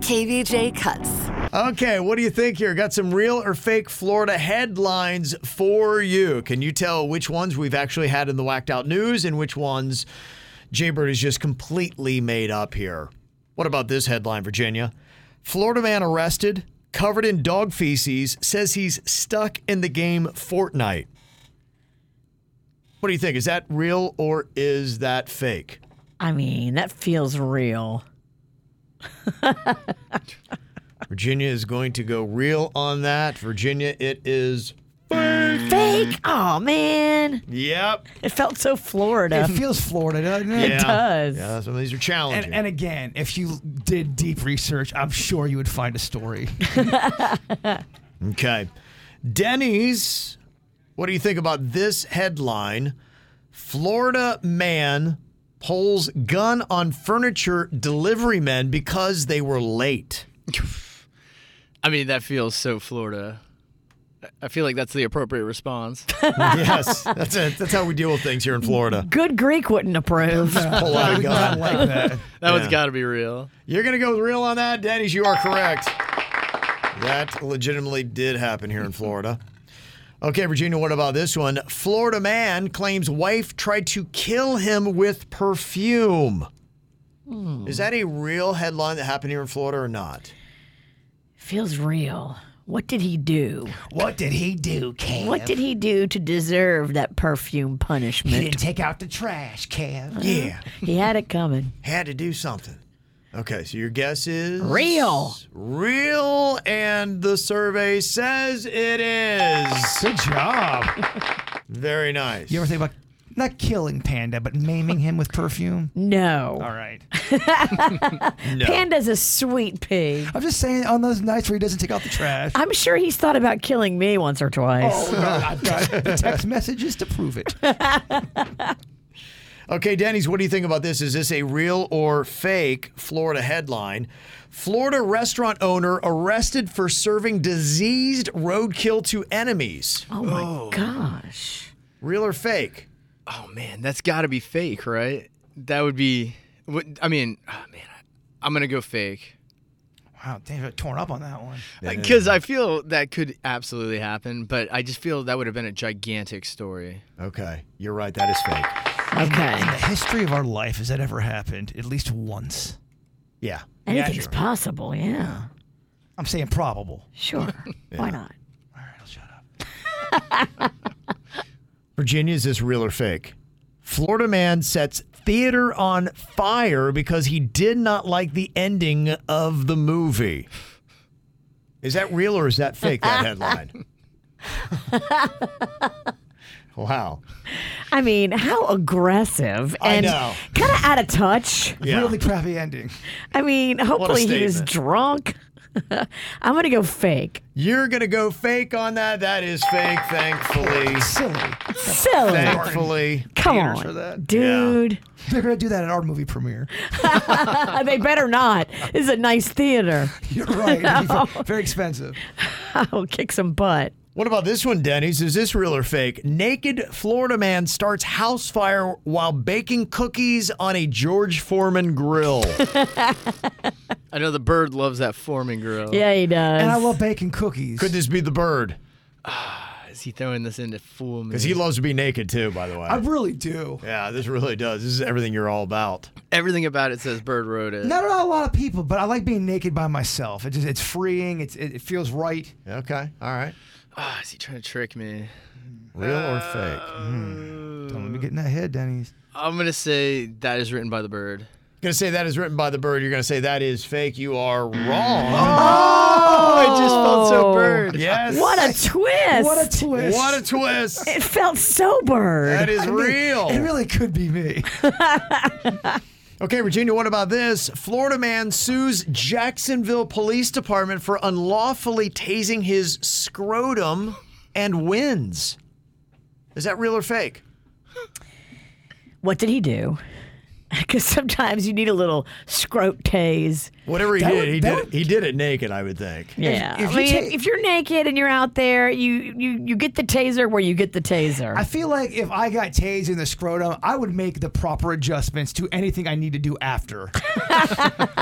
KVJ Cuts. Okay, what do you think here? Got some real or fake Florida headlines for you. Can you tell which ones we've actually had in the whacked out news and which ones Jaybird is just completely made up here? What about this headline, Virginia? Florida man arrested, covered in dog feces, says he's stuck in the game Fortnite. What do you think? Is that real or is that fake? I mean, that feels real. Virginia is going to go real on that. Virginia, it is. Fake? Oh, man. Yep. It felt so Florida. It feels Florida, doesn't it? yeah. does. Yeah, some of these are And, challenging. and again, if you did deep research, I'm sure you would find a story. okay. Denny's, what do you think about this headline? Florida man pulls gun on furniture delivery men because they were late. I mean, that feels so Florida. I feel like that's the appropriate response. yes, that's it. That's how we deal with things here in Florida. Good Greek wouldn't approve. Pull out a I gun. like that. That one's Yeah. got to be real. You're going to go with real on that, Denny's. You are correct. That legitimately did happen here in Florida. Okay, Virginia, what about this one? Florida man claims wife tried to kill him with perfume. Hmm. Is that a real headline that happened here in Florida or not? feels real. What did he do? What did he do, Cam? What did he do to deserve that perfume he punishment? didn't take out the trash, Cam. Yeah. he had it coming. Had to do something. Okay, so your guess is Real. Real, and the survey says it is. Good job. Very nice. You ever think about not killing Panda, but maiming him with perfume? No. All right. No. Panda's a sweet pig. I'm just saying on those nights where he doesn't take out the trash. I'm sure he's thought about killing me once or twice. Oh, no, I've got the text messages to prove it. Okay, Denny's, what do you think about this? Is this a real or fake Florida headline? Florida restaurant owner arrested for serving diseased roadkill to enemies. Oh, my gosh. Real or fake? Oh man, that's got to be fake, right? That would be. What, I mean, oh, man, I'm gonna go fake Wow, damn, I torn up on that one. because I feel that could absolutely happen, but I just feel that would have been a gigantic story. Okay, you're right. That is fake. Okay. The history of our life, has that ever happened? At least once. Yeah. Anything's sure. possible. Yeah. I'm saying probable. Sure. Why not? All right, I'll shut up. Virginia, is this real or fake? Florida man sets theater on fire because he did not like the ending of the movie. Is that real or is that fake, that headline? wow. I mean, how aggressive I and know. kind of out of touch. Yeah. Really crappy ending. I mean, hopefully he was statement. drunk. I'm going to go fake. You're going to go fake on that? That is fake, thankfully. Silly. Silly. thankfully. Come Theaters for on. that. Dude. They're going to do that at our movie premiere. they better not. This is a nice theater. You're right. It'd be ve- very expensive. I'll kick some butt. What about this one, Denny's? Is this real or fake? Naked Florida man starts house fire while baking cookies on a George Foreman grill. I know the bird loves that forming grill. Yeah, he does. And I love baking cookies. Could this be the bird? is he throwing this in to fool me? Because he loves to be naked too, by the way. I really do. yeah, this really does. This is everything you're all about. Everything about it says Bird wrote it. Not around a lot of people, but I like being naked by myself. It just, it's freeing. It's, it, it feels right. Okay, all right. Ah, is he trying to trick me? Real or fake? Don't let me get in that head, Denny's. I'm gonna say that is written by the bird. Gonna say that is written by the bird. You're gonna say that is fake. You are wrong. Oh, it just felt so bird. Yes. what a twist. What a twist. What a twist. it felt so bird. That is I mean, real. It really could be me. Okay, Virginia, what about this? Florida man sues Jacksonville Police Department for unlawfully tasing his scrotum and wins. Is that real or fake? What did he do? Because sometimes you need a little scrote tase. Whatever he That did, would- he that did, would- he did it naked, I would think. Yeah, if I you mean, take- if you're naked and you're out there, you you you get the taser where you get the taser. I feel like if I got tased in the scrotum, I would make the proper adjustments to anything I need to do after.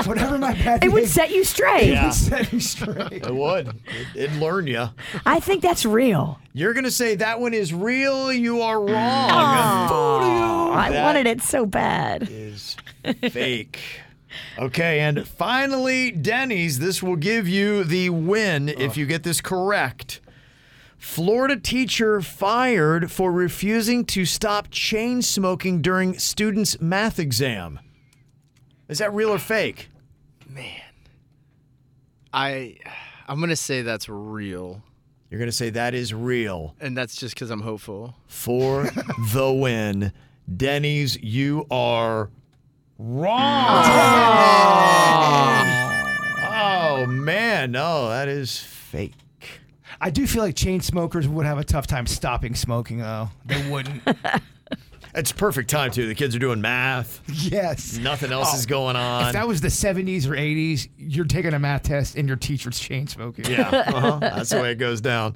Whatever my bad it would behavior- set you straight. it would set me straight. It would. It, would learn you. I think that's real. You're going to say that one is real. You are wrong. I That- wanted it so bad. is fake. Okay, and finally, Denny's. This will give you the win if you get this correct. Florida teacher fired for refusing to stop chain smoking during students' math exam. Is that real or fake? I I'm gonna say that's real, You're going to say that is real and that's just because I'm hopeful. for the win. Denny's, you are wrong. Oh, man. No, that is fake. I do feel like chain smokers would have a tough time stopping smoking, though. They wouldn't. It's perfect time too. The kids are doing math. yes. Nothing else is going on. Oh, If that was the 70s or 80s, you're taking a math test and your teacher's chain smoking. yeah, uh-huh. that's the way it goes down.